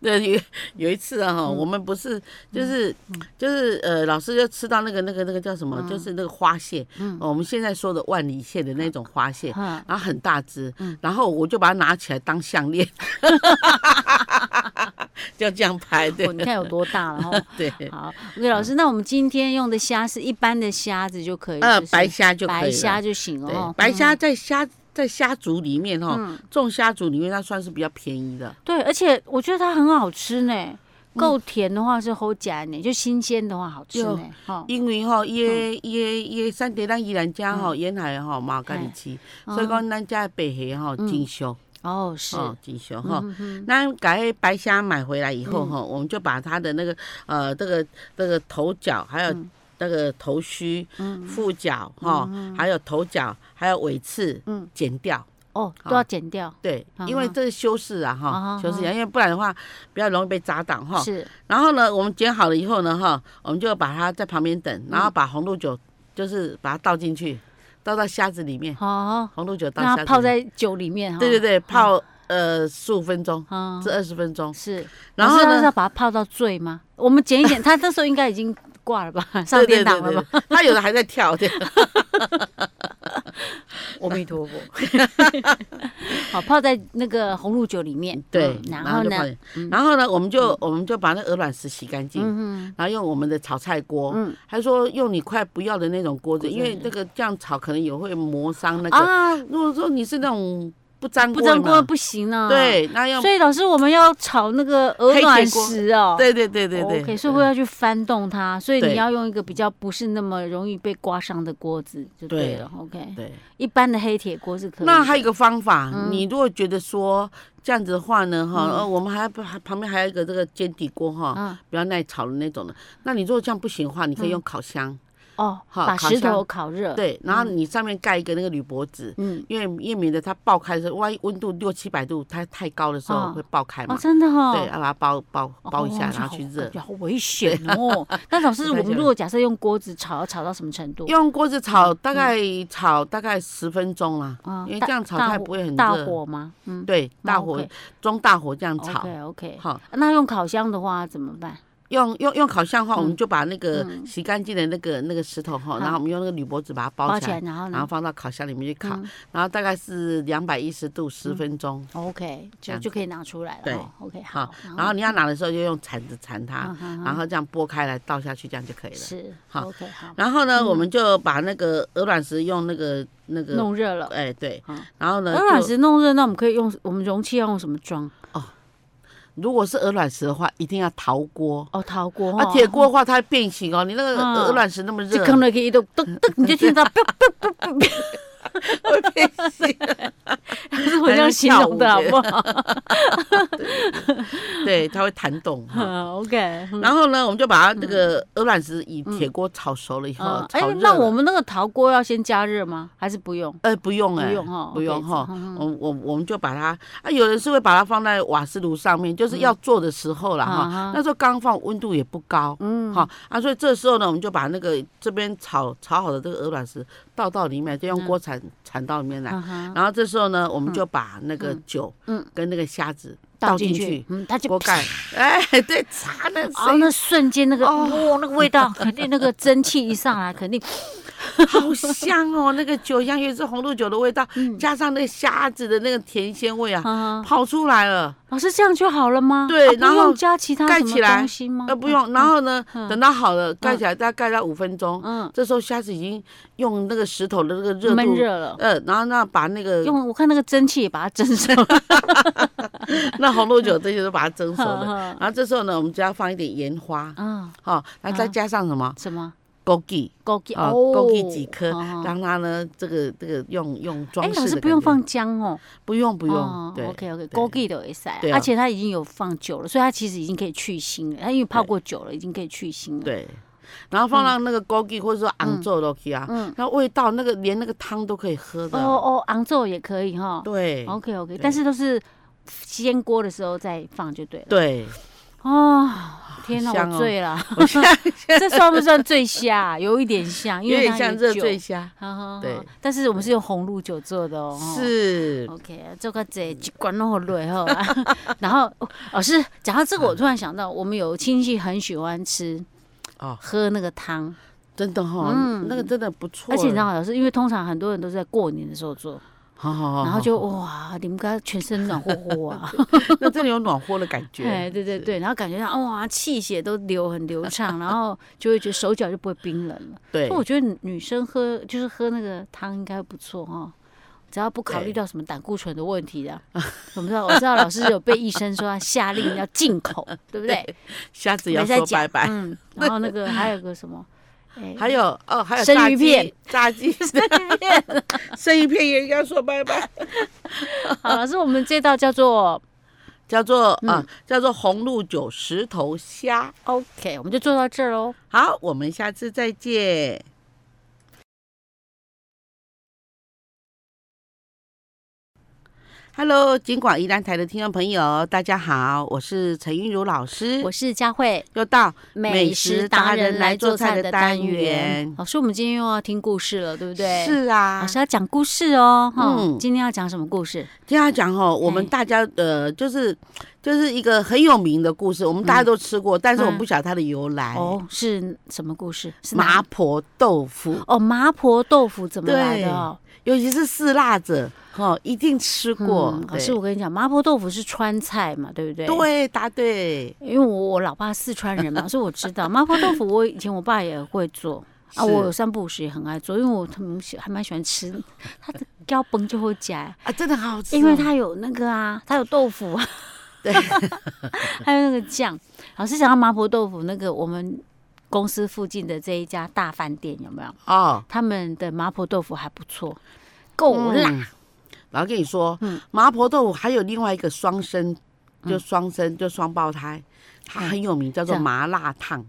[SPEAKER 1] 对，有有一次啊，哈
[SPEAKER 2] 嗯
[SPEAKER 1] 我们不是就是就是呃，老师就吃到那个那个那个叫什
[SPEAKER 2] 嗯
[SPEAKER 1] 么，就是那个花蟹，我们现在说的万里蟹的那种花蟹，
[SPEAKER 2] 嗯，
[SPEAKER 1] 然后很大只，然后我就把它拿起来当项链， 就这样拍，对
[SPEAKER 2] 哦你看有多大了哈。
[SPEAKER 1] 对，
[SPEAKER 2] 好，OK，老师，那我们今天用的虾是一般的虾子就可以，
[SPEAKER 1] 呃
[SPEAKER 2] 就，是
[SPEAKER 1] 白虾就可以了
[SPEAKER 2] 白虾就行了
[SPEAKER 1] 对
[SPEAKER 2] 哦，，
[SPEAKER 1] 白
[SPEAKER 2] 嗯
[SPEAKER 1] 虾在虾在虾族里面哈，种虾族里面它算是比较便宜的，
[SPEAKER 2] 对，而且我觉得它很好吃
[SPEAKER 1] 嗯
[SPEAKER 2] 呢，够甜的话是齁夹呢，就新鲜的话好吃
[SPEAKER 1] 有
[SPEAKER 2] 呢，哦哈。
[SPEAKER 1] 因为吼
[SPEAKER 2] 嗯
[SPEAKER 1] 伊个伊个伊个产地咱宜兰家吼沿海吼嘛有家己吃，
[SPEAKER 2] 嗯
[SPEAKER 1] 所以讲咱家的白虾吼真俗，
[SPEAKER 2] 哦，嗯是，嗯
[SPEAKER 1] 哦真俗吼。那把迄白虾买回来以后哈，我们就把它的那个呃这个这个头角还有。
[SPEAKER 2] 嗯
[SPEAKER 1] 那个头须、腹角哈，
[SPEAKER 2] 嗯
[SPEAKER 1] 还有头角，还有尾刺，剪掉。
[SPEAKER 2] 哦，
[SPEAKER 1] 好
[SPEAKER 2] 都要剪掉，
[SPEAKER 1] 对，因为
[SPEAKER 2] 啊哈
[SPEAKER 1] 这是修饰啊哈
[SPEAKER 2] 啊哈，
[SPEAKER 1] 修饰啊，因为不然的话比较容易被扎到哈。
[SPEAKER 2] 是，
[SPEAKER 1] 然后呢，我们剪好了以后呢，哈，我们就把它在旁边
[SPEAKER 2] 嗯
[SPEAKER 1] 等，然后把红露酒就是把它倒进去，倒到虾子里面，
[SPEAKER 2] 哦，
[SPEAKER 1] 红露酒倒
[SPEAKER 2] 让
[SPEAKER 1] 虾
[SPEAKER 2] 它
[SPEAKER 1] 子。
[SPEAKER 2] 泡。在酒里面，哈
[SPEAKER 1] 对对，对，泡呃十五分钟
[SPEAKER 2] 嗯
[SPEAKER 1] 至，二十分钟，
[SPEAKER 2] 是，
[SPEAKER 1] 然
[SPEAKER 2] 老
[SPEAKER 1] 后
[SPEAKER 2] 师那是
[SPEAKER 1] 呢
[SPEAKER 2] 要，把它泡到醉吗？我们剪一 剪，它那时候应该已经挂了吧，上
[SPEAKER 1] 对
[SPEAKER 2] 天
[SPEAKER 1] 对
[SPEAKER 2] 堂
[SPEAKER 1] 对
[SPEAKER 2] 了
[SPEAKER 1] 对
[SPEAKER 2] 吧？
[SPEAKER 1] 对，它有的还在跳，对，
[SPEAKER 2] 阿弥陀佛，好，泡在那个红露酒里面，
[SPEAKER 1] 对
[SPEAKER 2] 嗯，然后
[SPEAKER 1] 就
[SPEAKER 2] 呢
[SPEAKER 1] 放，进然后呢，我们就我们就把那鹅卵石洗干净，
[SPEAKER 2] 嗯
[SPEAKER 1] 然后用我们的炒菜锅，
[SPEAKER 2] 嗯
[SPEAKER 1] 还说用你快不要的那种锅子，
[SPEAKER 2] 锅子
[SPEAKER 1] 因为那个这样炒可能也会磨伤那
[SPEAKER 2] 哼，
[SPEAKER 1] 个。
[SPEAKER 2] 啊，
[SPEAKER 1] 如果说你是那种不粘
[SPEAKER 2] 不
[SPEAKER 1] 锅的
[SPEAKER 2] 粘
[SPEAKER 1] 嘛，
[SPEAKER 2] 锅不行啊，。
[SPEAKER 1] 对，那要
[SPEAKER 2] 所以老师，我们要炒那个鹅
[SPEAKER 1] 黑
[SPEAKER 2] 卵
[SPEAKER 1] 铁锅
[SPEAKER 2] 石哦。
[SPEAKER 1] 对对对对对
[SPEAKER 2] OK，所以会要去翻动它，所以
[SPEAKER 1] 对
[SPEAKER 2] 你要用一个比较不是那么容易被刮伤的锅子就对了。OK，
[SPEAKER 1] 对。
[SPEAKER 2] 一般的黑铁锅是可以的。
[SPEAKER 1] 那还有一个方法，
[SPEAKER 2] 嗯
[SPEAKER 1] 你如果觉得说这样子的话呢，哈，呃，我们还不还旁边还有一个这个煎底锅哈，
[SPEAKER 2] 嗯
[SPEAKER 1] 比较耐炒的那种的。那你如果这样不行的话，你可以用烤箱，
[SPEAKER 2] 哦，
[SPEAKER 1] 好
[SPEAKER 2] 把
[SPEAKER 1] 烤
[SPEAKER 2] 石
[SPEAKER 1] 箱
[SPEAKER 2] 头烤热。，
[SPEAKER 1] 对，然后你上面盖一个那个铝箔纸。
[SPEAKER 2] 嗯，
[SPEAKER 1] 因为因为免得它爆开的时候，万一温度六七百度，它太高的时候
[SPEAKER 2] 哦
[SPEAKER 1] 会爆开
[SPEAKER 2] 哦，
[SPEAKER 1] 嘛。
[SPEAKER 2] 真的哦。
[SPEAKER 1] 对，要把它包包
[SPEAKER 2] 哦。
[SPEAKER 1] 包一下，
[SPEAKER 2] 这
[SPEAKER 1] 然后去
[SPEAKER 2] 好
[SPEAKER 1] 热啊
[SPEAKER 2] 感觉。好危险 哦。那老师，
[SPEAKER 1] 不太
[SPEAKER 2] 我们
[SPEAKER 1] 行
[SPEAKER 2] 如果假设用锅子炒，要炒到什么程度？
[SPEAKER 1] 用锅子炒大概炒大概十分钟啦，
[SPEAKER 2] 啊
[SPEAKER 1] 因为
[SPEAKER 2] 嗯大
[SPEAKER 1] 这样炒
[SPEAKER 2] 大
[SPEAKER 1] 菜
[SPEAKER 2] 火
[SPEAKER 1] 不会很
[SPEAKER 2] 大
[SPEAKER 1] 热。
[SPEAKER 2] 火吗？嗯，
[SPEAKER 1] 对，大
[SPEAKER 2] 那
[SPEAKER 1] 火
[SPEAKER 2] OK
[SPEAKER 1] 中大火这样炒。
[SPEAKER 2] OK OK。
[SPEAKER 1] 好，
[SPEAKER 2] 那用烤箱的话怎么办？
[SPEAKER 1] 用用用烤箱的话，
[SPEAKER 2] 嗯
[SPEAKER 1] 我们就把那个洗干净的那个那个石头哈，然后我们用那个铝箔纸把它包
[SPEAKER 2] 包
[SPEAKER 1] 起
[SPEAKER 2] 起来嗯
[SPEAKER 1] 来，
[SPEAKER 2] 然后
[SPEAKER 1] 然后
[SPEAKER 2] 呢
[SPEAKER 1] 放到烤箱里面去烤，然后大概是两百一十度
[SPEAKER 2] 嗯
[SPEAKER 1] 十分钟。
[SPEAKER 2] ？OK，
[SPEAKER 1] 这
[SPEAKER 2] 就
[SPEAKER 1] 样
[SPEAKER 2] 就可以拿出来了。
[SPEAKER 1] 对
[SPEAKER 2] 哦，OK
[SPEAKER 1] 好
[SPEAKER 2] 好。，
[SPEAKER 1] 然后你要拿的时候就用铲子铲它
[SPEAKER 2] 嗯，哼
[SPEAKER 1] 然后这样拨开来倒下去，这样就可以了。
[SPEAKER 2] 是嗯
[SPEAKER 1] 好
[SPEAKER 2] ，OK 好，
[SPEAKER 1] 然后呢，我们就把那个鹅卵石用那个那个，
[SPEAKER 2] 弄热了。
[SPEAKER 1] 哎对
[SPEAKER 2] 好，
[SPEAKER 1] 然后呢，
[SPEAKER 2] 鹅卵
[SPEAKER 1] 就
[SPEAKER 2] 石弄热，那我们可以用我们容器要用什么装？
[SPEAKER 1] 如果是鹅卵石的话，一定要陶锅。
[SPEAKER 2] 哦，陶锅
[SPEAKER 1] 啊，铁锅的话它会变形哦，你那个
[SPEAKER 2] 嗯
[SPEAKER 1] 鹅卵石那么
[SPEAKER 2] 就
[SPEAKER 1] 热，
[SPEAKER 2] 坑了可以一咚咚咚，你就听到，
[SPEAKER 1] 会变心。
[SPEAKER 2] 是我这样形容的好不好？
[SPEAKER 1] 对，它会弹动哈。
[SPEAKER 2] 嗯，OK 嗯。
[SPEAKER 1] 然后呢，我们就把它这个鹅卵石以铁锅炒熟了以后
[SPEAKER 2] 嗯，，
[SPEAKER 1] 炒热了。
[SPEAKER 2] 那我们那个陶锅要先加热吗？还是不用？
[SPEAKER 1] 呃不用哎，
[SPEAKER 2] 不用哈
[SPEAKER 1] 不用
[SPEAKER 2] OK，
[SPEAKER 1] 哈
[SPEAKER 2] 嗯。
[SPEAKER 1] 我我我们就把它啊，有人是会把它放在瓦斯炉上面，就是要做的时候了
[SPEAKER 2] 嗯啊哈
[SPEAKER 1] 哈。那时候刚放，温度也不高。
[SPEAKER 2] 嗯，
[SPEAKER 1] 好啊，所以这时候呢，我们就把那个这边炒炒好的这个鹅卵石倒到里面，就用锅铲铲到里面来。
[SPEAKER 2] 嗯哼，
[SPEAKER 1] 然后这时候呢，我们就把那个酒
[SPEAKER 2] 嗯
[SPEAKER 1] 跟那个虾子
[SPEAKER 2] 倒
[SPEAKER 1] 倒
[SPEAKER 2] 进
[SPEAKER 1] 进
[SPEAKER 2] 去
[SPEAKER 1] 去，，
[SPEAKER 2] 嗯，它就
[SPEAKER 1] 锅盖，哎，对，擦 那
[SPEAKER 2] 啊，
[SPEAKER 1] 水
[SPEAKER 2] 那瞬间那个哇，
[SPEAKER 1] 哦
[SPEAKER 2] 那个味道，肯定那个蒸汽一上来，肯定
[SPEAKER 1] 好香哦，那个酒香，尤其是红露酒的味道，加上那个虾子的那个甜鲜味啊，
[SPEAKER 2] 啊，
[SPEAKER 1] 跑出来了。
[SPEAKER 2] 老师这样就好了吗？
[SPEAKER 1] 对
[SPEAKER 2] 啊不
[SPEAKER 1] 然后
[SPEAKER 2] 用加其他
[SPEAKER 1] 盖
[SPEAKER 2] 什
[SPEAKER 1] 起
[SPEAKER 2] 么
[SPEAKER 1] 来
[SPEAKER 2] 东西吗？
[SPEAKER 1] 呃，不用，然后呢，
[SPEAKER 2] 哦嗯
[SPEAKER 1] 等它好了，盖起来，大概盖到五分钟。
[SPEAKER 2] 嗯，
[SPEAKER 1] 这时候虾子已经用那个石头的那个热
[SPEAKER 2] 嗯，闷
[SPEAKER 1] 度，
[SPEAKER 2] 热了。
[SPEAKER 1] 呃，然后那把那个
[SPEAKER 2] 用我看那个蒸汽也把它蒸熟了，
[SPEAKER 1] 那红露酒
[SPEAKER 2] 嗯
[SPEAKER 1] 这些都把它蒸熟了。
[SPEAKER 2] 啊
[SPEAKER 1] 然后这时候呢，我们就要放一点盐花，
[SPEAKER 2] 啊，
[SPEAKER 1] 哈，然后再加上什么
[SPEAKER 2] 什么
[SPEAKER 1] 枸杞，
[SPEAKER 2] 枸杞
[SPEAKER 1] 啊，
[SPEAKER 2] 哦，
[SPEAKER 1] 枸杞几颗
[SPEAKER 2] 哦，
[SPEAKER 1] 让它呢这个这个用用装
[SPEAKER 2] 哎，
[SPEAKER 1] 饰的
[SPEAKER 2] 老师
[SPEAKER 1] 感
[SPEAKER 2] 不用
[SPEAKER 1] 觉
[SPEAKER 2] 放姜哦，
[SPEAKER 1] 不用不
[SPEAKER 2] 哦
[SPEAKER 1] 用，对
[SPEAKER 2] OK
[SPEAKER 1] 对
[SPEAKER 2] OK，枸杞都会晒
[SPEAKER 1] 对，啊
[SPEAKER 2] 而且它已经有放酒了，所以它其实已经可以去腥了，它因为泡
[SPEAKER 1] 对
[SPEAKER 2] 过酒了，已经可以去腥了。
[SPEAKER 1] 对，然后放到那个枸杞或者说昂州落去啊，
[SPEAKER 2] 嗯，
[SPEAKER 1] 那味道那个连那个汤都可以喝
[SPEAKER 2] 哦
[SPEAKER 1] 的，
[SPEAKER 2] 哦，昂州也可以哈。
[SPEAKER 1] 对
[SPEAKER 2] OK OK，
[SPEAKER 1] 对
[SPEAKER 2] 但是都是煎锅的时候再放就对了。
[SPEAKER 1] 对，
[SPEAKER 2] 哦，天哪，
[SPEAKER 1] 香
[SPEAKER 2] 我
[SPEAKER 1] 哦
[SPEAKER 2] 醉了，
[SPEAKER 1] 我现在
[SPEAKER 2] 这算不算醉虾？有一点像，因
[SPEAKER 1] 有
[SPEAKER 2] 为
[SPEAKER 1] 点
[SPEAKER 2] 它
[SPEAKER 1] 像
[SPEAKER 2] 有
[SPEAKER 1] 热
[SPEAKER 2] 酒
[SPEAKER 1] 醉。虾，
[SPEAKER 2] 好好好
[SPEAKER 1] 对
[SPEAKER 2] 但是我们是用红露酒做的哦。哦
[SPEAKER 1] 是
[SPEAKER 2] OK，做个这一罐都好累吼。 然后哦老师讲到这个，我突然想到，我们有亲戚很喜欢吃
[SPEAKER 1] 哦，
[SPEAKER 2] 喝那个汤，
[SPEAKER 1] 真的哈，
[SPEAKER 2] 嗯
[SPEAKER 1] 那个真的不错，
[SPEAKER 2] 而且你知道，老师，因为通常很多人都是在过年的时候做，
[SPEAKER 1] 好，哦好好，
[SPEAKER 2] 然后
[SPEAKER 1] 好
[SPEAKER 2] 就哇，你们家全身暖和 和啊，
[SPEAKER 1] 那真的有暖和的感
[SPEAKER 2] 哎，
[SPEAKER 1] 觉，
[SPEAKER 2] 对对对，然后感觉到哇，气血都流很流畅，然后就会觉得手脚就不会冰冷了。
[SPEAKER 1] 对
[SPEAKER 2] 所以，哦我觉得女生喝就是喝那个汤应该不错哦。只要不考虑
[SPEAKER 1] 对
[SPEAKER 2] 到什么胆固醇的问题的， 我们知道，我知道老师有被医生说他下令要禁口，对不对？
[SPEAKER 1] 虾子
[SPEAKER 2] 没
[SPEAKER 1] 也要
[SPEAKER 2] 在
[SPEAKER 1] 说
[SPEAKER 2] 讲
[SPEAKER 1] 拜拜。
[SPEAKER 2] 嗯，然后 那个还有个什么，哎
[SPEAKER 1] 还有哦，还有
[SPEAKER 2] 生
[SPEAKER 1] 炸
[SPEAKER 2] 鱼
[SPEAKER 1] 鸡
[SPEAKER 2] 片、
[SPEAKER 1] 炸 鸡、生鱼片也要说拜拜，
[SPEAKER 2] 好，老师，我们这道叫做
[SPEAKER 1] 叫做
[SPEAKER 2] 嗯
[SPEAKER 1] 啊，叫做红露酒石头虾。
[SPEAKER 2] OK，我们就做到这儿喽。
[SPEAKER 1] 好，我们下次再见。Hello，金广宜兰台的听众朋友，大家好，我是陈韵如老师
[SPEAKER 2] 我，是佳慧，
[SPEAKER 1] 又到
[SPEAKER 2] 美食达人来做菜的单
[SPEAKER 1] 美食达人来做菜的单
[SPEAKER 2] 元
[SPEAKER 1] 元。
[SPEAKER 2] 老师，我们今天又要听故事了，对不对？。
[SPEAKER 1] 是啊
[SPEAKER 2] 老，师要讲故事哦，哈、
[SPEAKER 1] 嗯
[SPEAKER 2] 今天要讲什么故事？
[SPEAKER 1] 听他讲哦，我们
[SPEAKER 2] 哎
[SPEAKER 1] 大家呃，就是就是一个很有名的故事，我们大家都吃过，但是我
[SPEAKER 2] 嗯
[SPEAKER 1] 们不晓得它的由来。
[SPEAKER 2] 哦，是什么故事？是哪
[SPEAKER 1] 麻婆豆腐，
[SPEAKER 2] 哦，麻婆豆腐怎么来的哦？
[SPEAKER 1] 尤其是四辣者，哈、一定吃过。
[SPEAKER 2] 嗯，
[SPEAKER 1] 对
[SPEAKER 2] 老师，我跟你讲，麻婆豆腐是川菜嘛，对不对？。
[SPEAKER 1] 对，答对。
[SPEAKER 2] 因为我我老爸四川人嘛，所以我知道麻婆豆腐。我以前我爸也会做啊，
[SPEAKER 1] 是
[SPEAKER 2] 我有三不五时也很爱做，因为我他们喜还蛮喜欢吃，他的胶崩就会夹，
[SPEAKER 1] 啊，真的好好吃哦、
[SPEAKER 2] 因为它有那个啊，它有豆腐啊，
[SPEAKER 1] 对
[SPEAKER 2] 还有那个酱。老师讲到麻婆豆腐，那个我们公司附近的这一家大饭店有没有？
[SPEAKER 1] 哦，
[SPEAKER 2] 他们的麻婆豆腐还不错，够辣。嗯
[SPEAKER 1] 嗯。然后跟你说，麻婆豆腐还有另外一个双生，就双生就双胞胎，它很有名，叫
[SPEAKER 2] 嗯这
[SPEAKER 1] 做
[SPEAKER 2] 样
[SPEAKER 1] 麻辣烫。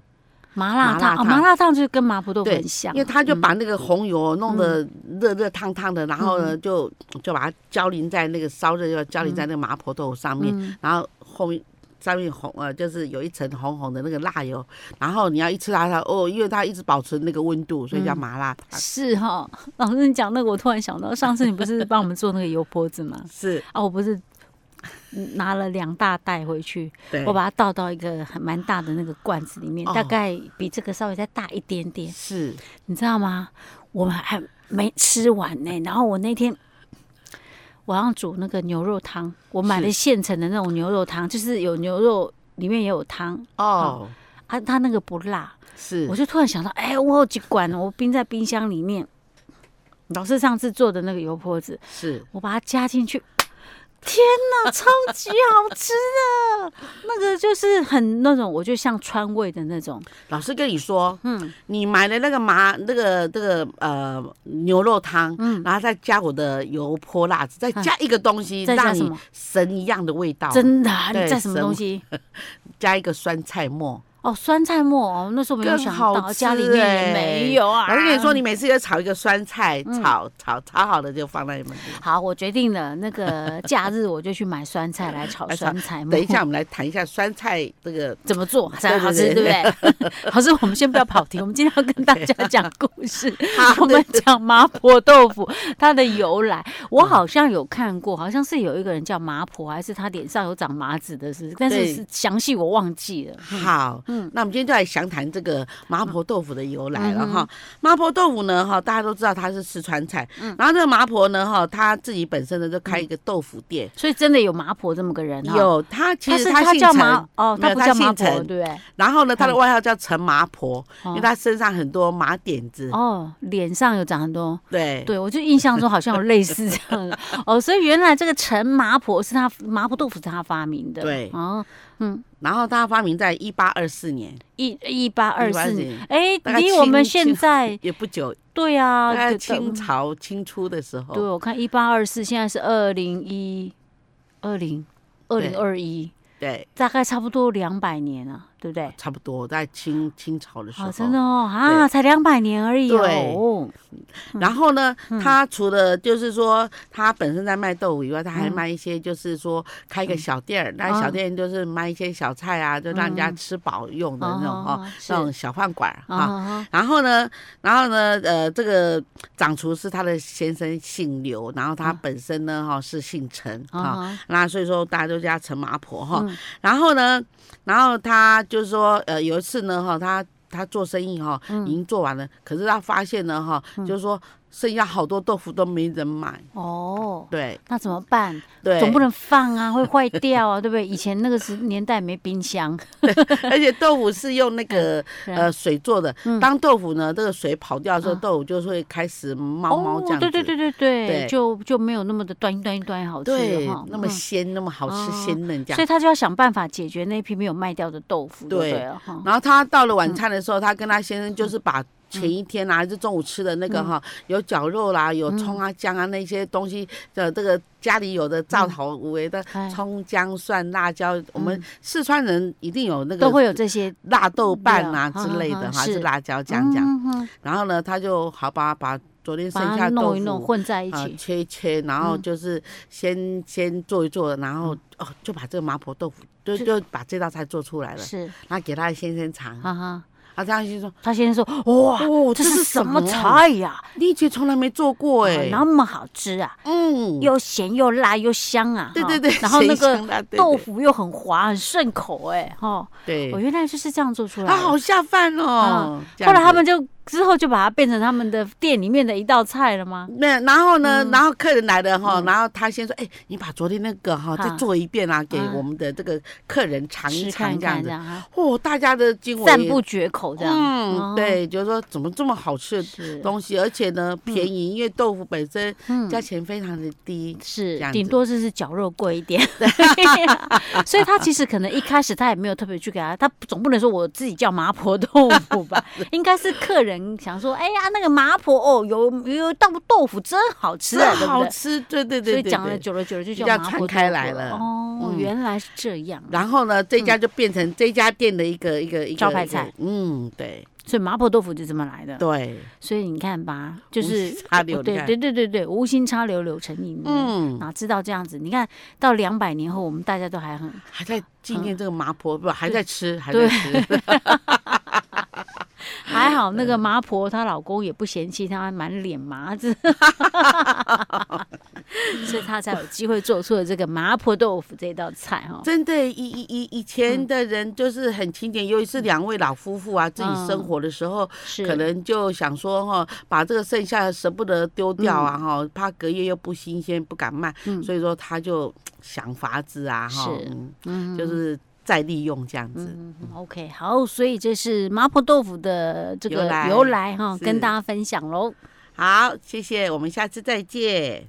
[SPEAKER 2] 麻
[SPEAKER 1] 麻
[SPEAKER 2] 辣烫
[SPEAKER 1] 辣
[SPEAKER 2] 哦，
[SPEAKER 1] 烫
[SPEAKER 2] 麻辣烫就跟麻婆豆腐
[SPEAKER 1] 对
[SPEAKER 2] 很像啊，
[SPEAKER 1] 因为他就把那个红油弄得
[SPEAKER 2] 嗯
[SPEAKER 1] 热热烫烫的，然后呢，就就把它浇淋在那个烧热，要浇淋在那个麻婆豆腐上面，
[SPEAKER 2] 嗯
[SPEAKER 1] 然后后面。上面红呃，就是有一层红红的那个辣油，然后你要一吃它，它哦，因为它一直保持那个温度，所以
[SPEAKER 2] 嗯
[SPEAKER 1] 叫麻辣烫。
[SPEAKER 2] 是哈、 老师你讲那个，我突然 想到，上次你不是帮我们做那个油泼子吗？
[SPEAKER 1] 是，
[SPEAKER 2] 啊，我不是拿了两大袋回去，
[SPEAKER 1] 对，
[SPEAKER 2] 我把它倒到一个很蛮大的那个罐子里面，
[SPEAKER 1] 哦
[SPEAKER 2] 大概比这个稍微再大一点点，
[SPEAKER 1] 是
[SPEAKER 2] 你知道吗？我们还没吃完呢、然后我那天。我要煮那个牛肉汤，我买的
[SPEAKER 1] 是
[SPEAKER 2] 现成的那种牛肉汤，就是有牛肉，里面也有汤
[SPEAKER 1] 哦，
[SPEAKER 2] 啊，它那个不辣，
[SPEAKER 1] 是
[SPEAKER 2] 我就突然想到，哎、我有几管，我冰在冰箱里面。老师上次做的那个油泼子，
[SPEAKER 1] 是
[SPEAKER 2] 我把它加进去，天哪，超级好吃的， 那个就是很那种，我就像川味的那种，
[SPEAKER 1] 老师跟你说，嗯，你买的那个麻那个这个呃牛肉汤，嗯，然后再加我的油泼辣子，再加一个东西，
[SPEAKER 2] 嗯再加
[SPEAKER 1] 让
[SPEAKER 2] 什
[SPEAKER 1] 你
[SPEAKER 2] 么
[SPEAKER 1] 神一样的味道，
[SPEAKER 2] 真的啊。你
[SPEAKER 1] 对
[SPEAKER 2] 在什么
[SPEAKER 1] 神
[SPEAKER 2] 东西？
[SPEAKER 1] 加一个酸菜末，
[SPEAKER 2] 哦，酸菜末哦，那时候没有
[SPEAKER 1] 更
[SPEAKER 2] 想
[SPEAKER 1] 好
[SPEAKER 2] 到，家
[SPEAKER 1] 吃
[SPEAKER 2] 里面
[SPEAKER 1] 欸
[SPEAKER 2] 也没有啊。
[SPEAKER 1] 老师跟你说，你每次要炒一个酸菜，
[SPEAKER 2] 嗯
[SPEAKER 1] 炒炒炒好了就放在你们。
[SPEAKER 2] 好，我决定了，那个假日我就去买酸菜来炒
[SPEAKER 1] 来炒
[SPEAKER 2] 酸菜末。
[SPEAKER 1] 等一下，我们来谈一下酸菜这个
[SPEAKER 2] 怎么做才好
[SPEAKER 1] 对
[SPEAKER 2] 吃，
[SPEAKER 1] 对
[SPEAKER 2] 对
[SPEAKER 1] 对
[SPEAKER 2] 不 对？老师，我们先不要跑题，我们今天要跟大家讲故事
[SPEAKER 1] 好。
[SPEAKER 2] 我们讲麻婆豆腐它的由来，我好像有看过，好像是有一个人叫麻婆，还是他脸上有长麻子的是，但
[SPEAKER 1] 对
[SPEAKER 2] 是是详细我忘记了。
[SPEAKER 1] 好，
[SPEAKER 2] 嗯
[SPEAKER 1] 那我们今天就来详谈这个麻婆豆腐的由来了
[SPEAKER 2] 嗯
[SPEAKER 1] 哈。麻婆豆腐呢，哈，大家都知道它是四川菜，
[SPEAKER 2] 嗯
[SPEAKER 1] 然后这个麻婆呢，哈，她自己本身呢就开一个豆腐店，
[SPEAKER 2] 所以真的有麻婆这么个人哈，
[SPEAKER 1] 有她其
[SPEAKER 2] 哦他
[SPEAKER 1] 实
[SPEAKER 2] 是
[SPEAKER 1] 她
[SPEAKER 2] 他
[SPEAKER 1] 姓
[SPEAKER 2] 叫麻
[SPEAKER 1] 陈，
[SPEAKER 2] 哦，
[SPEAKER 1] 没
[SPEAKER 2] 他
[SPEAKER 1] 有
[SPEAKER 2] 不
[SPEAKER 1] 她
[SPEAKER 2] 叫
[SPEAKER 1] 姓
[SPEAKER 2] 麻婆，
[SPEAKER 1] 陈
[SPEAKER 2] 对不对？
[SPEAKER 1] 然后呢，她的外号叫陈麻婆，因为
[SPEAKER 2] 哦
[SPEAKER 1] 她身上很多麻点子，
[SPEAKER 2] 哦，脸上有长很多，
[SPEAKER 1] 对。
[SPEAKER 2] 对，我就印象中好像有类似这样的哦，所以原来这个陈麻婆是他麻婆豆腐是他发明的，
[SPEAKER 1] 对
[SPEAKER 2] 哦，
[SPEAKER 1] 然后她发明在一八二四年，
[SPEAKER 2] 一一八二四年，
[SPEAKER 1] 年
[SPEAKER 2] 哎
[SPEAKER 1] 大概，
[SPEAKER 2] 离我们
[SPEAKER 1] 清
[SPEAKER 2] 现在
[SPEAKER 1] 也不久，
[SPEAKER 2] 对啊，
[SPEAKER 1] 大概
[SPEAKER 2] 对
[SPEAKER 1] 清朝清初的时候，
[SPEAKER 2] 对，我看一八二四，现在是二零一二零二零二一，
[SPEAKER 1] 对，
[SPEAKER 2] 大概差不多两百年了，对不对？
[SPEAKER 1] 差不多在清清朝的时候
[SPEAKER 2] 哦，，真的哦，啊，才两百年而已
[SPEAKER 1] 对
[SPEAKER 2] 哦。
[SPEAKER 1] 然后呢，
[SPEAKER 2] 嗯
[SPEAKER 1] 他除了就是说他本身在卖豆腐以外，他
[SPEAKER 2] 嗯
[SPEAKER 1] 还卖一些就是说开一个小店儿，那
[SPEAKER 2] 哦
[SPEAKER 1] 小店就是卖一些小菜啊，就让人家吃饱用的那种哦，
[SPEAKER 2] 嗯哦是
[SPEAKER 1] 那种小饭馆儿
[SPEAKER 2] 啊
[SPEAKER 1] 哈。
[SPEAKER 2] 哈
[SPEAKER 1] 然后呢，然后呢，呃，这个掌厨是他的先生姓刘，然后他
[SPEAKER 2] 哦
[SPEAKER 1] 本身呢哈是姓陈
[SPEAKER 2] 哈
[SPEAKER 1] 哈。
[SPEAKER 2] 啊哈
[SPEAKER 1] 那所以说大家都叫他陈麻婆哈，
[SPEAKER 2] 嗯
[SPEAKER 1] 然后呢，然后他就是说，呃，有一次呢哈，他他做生意哈，
[SPEAKER 2] 嗯
[SPEAKER 1] 已经做完了，可是他发现呢哈，就是说剩下好多豆腐都没人买，
[SPEAKER 2] 哦，
[SPEAKER 1] 对
[SPEAKER 2] 那怎么办？
[SPEAKER 1] 对，
[SPEAKER 2] 总不能放啊，会坏掉啊，对 不对？以前那个时年代没冰箱，
[SPEAKER 1] 而且豆腐是用那个
[SPEAKER 2] 嗯
[SPEAKER 1] 呃水做的，当豆腐呢这个水跑掉的时候，
[SPEAKER 2] 啊
[SPEAKER 1] 豆腐就会开始毛毛这样子，
[SPEAKER 2] 哦对对对对对，
[SPEAKER 1] 对
[SPEAKER 2] 就就没有那么的端端端好吃
[SPEAKER 1] 对
[SPEAKER 2] 了哈，
[SPEAKER 1] 那么
[SPEAKER 2] 嗯
[SPEAKER 1] 鲜，那么好吃
[SPEAKER 2] 哦
[SPEAKER 1] 鲜嫩这
[SPEAKER 2] 所
[SPEAKER 1] 样。
[SPEAKER 2] 以他就要想办法解决那批没有卖掉的豆腐，
[SPEAKER 1] 对
[SPEAKER 2] 对了哈。
[SPEAKER 1] 然后他到了
[SPEAKER 2] 嗯
[SPEAKER 1] 晚餐的时候，他跟他先生就是把。前一天啊，还是中午吃的那
[SPEAKER 2] 嗯
[SPEAKER 1] 个哈，有绞肉啦，有葱啊、姜啊那些东西的，这个家里有的灶头无为的
[SPEAKER 2] 嗯哎嗯
[SPEAKER 1] 葱、姜、蒜、辣椒，我们四川人一定有那
[SPEAKER 2] 都
[SPEAKER 1] 个
[SPEAKER 2] 会有这些
[SPEAKER 1] 辣豆瓣啊
[SPEAKER 2] 料
[SPEAKER 1] 之类
[SPEAKER 2] 嗯
[SPEAKER 1] 的
[SPEAKER 2] 嗯
[SPEAKER 1] 哈，还是
[SPEAKER 2] 是
[SPEAKER 1] 辣椒酱这样。
[SPEAKER 2] 嗯嗯嗯
[SPEAKER 1] 然后呢，他就好把把昨天剩
[SPEAKER 2] 把
[SPEAKER 1] 下
[SPEAKER 2] 它
[SPEAKER 1] 的豆
[SPEAKER 2] 弄一弄，
[SPEAKER 1] 腐
[SPEAKER 2] 混在一
[SPEAKER 1] 啊
[SPEAKER 2] 起。
[SPEAKER 1] 切一切，然后
[SPEAKER 2] 嗯
[SPEAKER 1] 就是先先做一做，然后哦就把这个麻婆豆腐就
[SPEAKER 2] 就
[SPEAKER 1] 就把这道菜做出来了，
[SPEAKER 2] 是，
[SPEAKER 1] 然后给他的先生尝，
[SPEAKER 2] 哈哈。
[SPEAKER 1] 啊，他先生说
[SPEAKER 2] 他先生说：“哇，
[SPEAKER 1] 哦
[SPEAKER 2] 这是什么啊
[SPEAKER 1] 啊？
[SPEAKER 2] 菜呀？
[SPEAKER 1] 你以前从来没做过哎，
[SPEAKER 2] 那么好吃啊，
[SPEAKER 1] 嗯，
[SPEAKER 2] 又咸又辣又香啊！
[SPEAKER 1] 对
[SPEAKER 2] 哈
[SPEAKER 1] 对对，
[SPEAKER 2] 然后那
[SPEAKER 1] 谁
[SPEAKER 2] 个
[SPEAKER 1] 想到对
[SPEAKER 2] 豆腐又很滑，很顺口，哎，哈。
[SPEAKER 1] 对
[SPEAKER 2] 我
[SPEAKER 1] 对，
[SPEAKER 2] 原来就是这样做出来
[SPEAKER 1] 他
[SPEAKER 2] 的。
[SPEAKER 1] 好下饭哦。这
[SPEAKER 2] 后
[SPEAKER 1] 样
[SPEAKER 2] 来他
[SPEAKER 1] 子
[SPEAKER 2] 们就之后就把它变成他们的店里面的一道菜了吗？
[SPEAKER 1] 那然后呢？
[SPEAKER 2] 嗯
[SPEAKER 1] 然后客人来了哈，然后他先说：“哎，你把昨天那个哈再
[SPEAKER 2] 啊
[SPEAKER 1] 做一遍啊，给
[SPEAKER 2] 啊
[SPEAKER 1] 我们的这个客人尝一
[SPEAKER 2] 吃
[SPEAKER 1] 尝
[SPEAKER 2] 看
[SPEAKER 1] 这样
[SPEAKER 2] 看
[SPEAKER 1] 子
[SPEAKER 2] 这。”样哈，
[SPEAKER 1] 哦，大家的惊为
[SPEAKER 2] 赞不绝口这样。
[SPEAKER 1] 嗯，
[SPEAKER 2] 哦，
[SPEAKER 1] 对，就是说怎么这么好吃的
[SPEAKER 2] 是
[SPEAKER 1] 东西，而且呢便宜，因为豆腐本身
[SPEAKER 2] 嗯
[SPEAKER 1] 价钱非常的低。
[SPEAKER 2] 是
[SPEAKER 1] 这样，
[SPEAKER 2] 顶
[SPEAKER 1] 子
[SPEAKER 2] 多就是绞肉贵一点， 所以他其实可能一开始他也没有特别去给他，他总不能说我自己叫麻婆豆 腐吧，应该是客人想说，哎呀，那个麻婆哦，有有豆豆腐真好吃啊，对不
[SPEAKER 1] 好
[SPEAKER 2] 对？
[SPEAKER 1] 吃，对对
[SPEAKER 2] 所
[SPEAKER 1] 对
[SPEAKER 2] 以
[SPEAKER 1] 对
[SPEAKER 2] 讲了
[SPEAKER 1] 对。
[SPEAKER 2] 久了久了就
[SPEAKER 1] 比
[SPEAKER 2] 叫
[SPEAKER 1] 较
[SPEAKER 2] 麻
[SPEAKER 1] 传
[SPEAKER 2] 婆豆
[SPEAKER 1] 开
[SPEAKER 2] 腐
[SPEAKER 1] 来了
[SPEAKER 2] 哦
[SPEAKER 1] 嗯，
[SPEAKER 2] 原来是这样啊，
[SPEAKER 1] 然后呢，这家就变成这家店的一个一个一个
[SPEAKER 2] 招牌
[SPEAKER 1] 一个
[SPEAKER 2] 菜
[SPEAKER 1] 嗯，对
[SPEAKER 2] 所以麻婆豆腐就这么来的。
[SPEAKER 1] 对，
[SPEAKER 2] 所以你看吧，就
[SPEAKER 1] 无
[SPEAKER 2] 是
[SPEAKER 1] 心插柳
[SPEAKER 2] 对
[SPEAKER 1] 你看
[SPEAKER 2] 对对对对，无心插柳柳成荫。嗯，
[SPEAKER 1] 嗯，
[SPEAKER 2] 哪知道这样子？你看到两百年后，我们大家都还很
[SPEAKER 1] 还在纪念这个麻婆，不还在吃，还在
[SPEAKER 2] 嗯对
[SPEAKER 1] 吃。
[SPEAKER 2] 还好，那个麻婆她老公也不嫌弃她满脸麻子， 所以她才有机会做出了这个麻婆豆腐这道菜哈。
[SPEAKER 1] 真的，以以以以
[SPEAKER 2] 嗯
[SPEAKER 1] 前的人就是很勤俭，尤其是两位老夫妇啊，自己
[SPEAKER 2] 嗯
[SPEAKER 1] 生活的时候，
[SPEAKER 2] 是，
[SPEAKER 1] 可能就想说哈，把这个剩下的舍不得丢掉啊哈，怕隔夜又不新鲜，不敢卖，
[SPEAKER 2] 嗯
[SPEAKER 1] 所以说他就想法子啊哈，
[SPEAKER 2] 是
[SPEAKER 1] 嗯
[SPEAKER 2] 嗯
[SPEAKER 1] 就是再利用这样子。
[SPEAKER 2] 嗯 OK 好，所以这是麻婆豆腐的这
[SPEAKER 1] 由
[SPEAKER 2] 个
[SPEAKER 1] 来
[SPEAKER 2] 由来哈，
[SPEAKER 1] 是
[SPEAKER 2] 跟大家分享喽。
[SPEAKER 1] 好，谢谢，我们下次再见。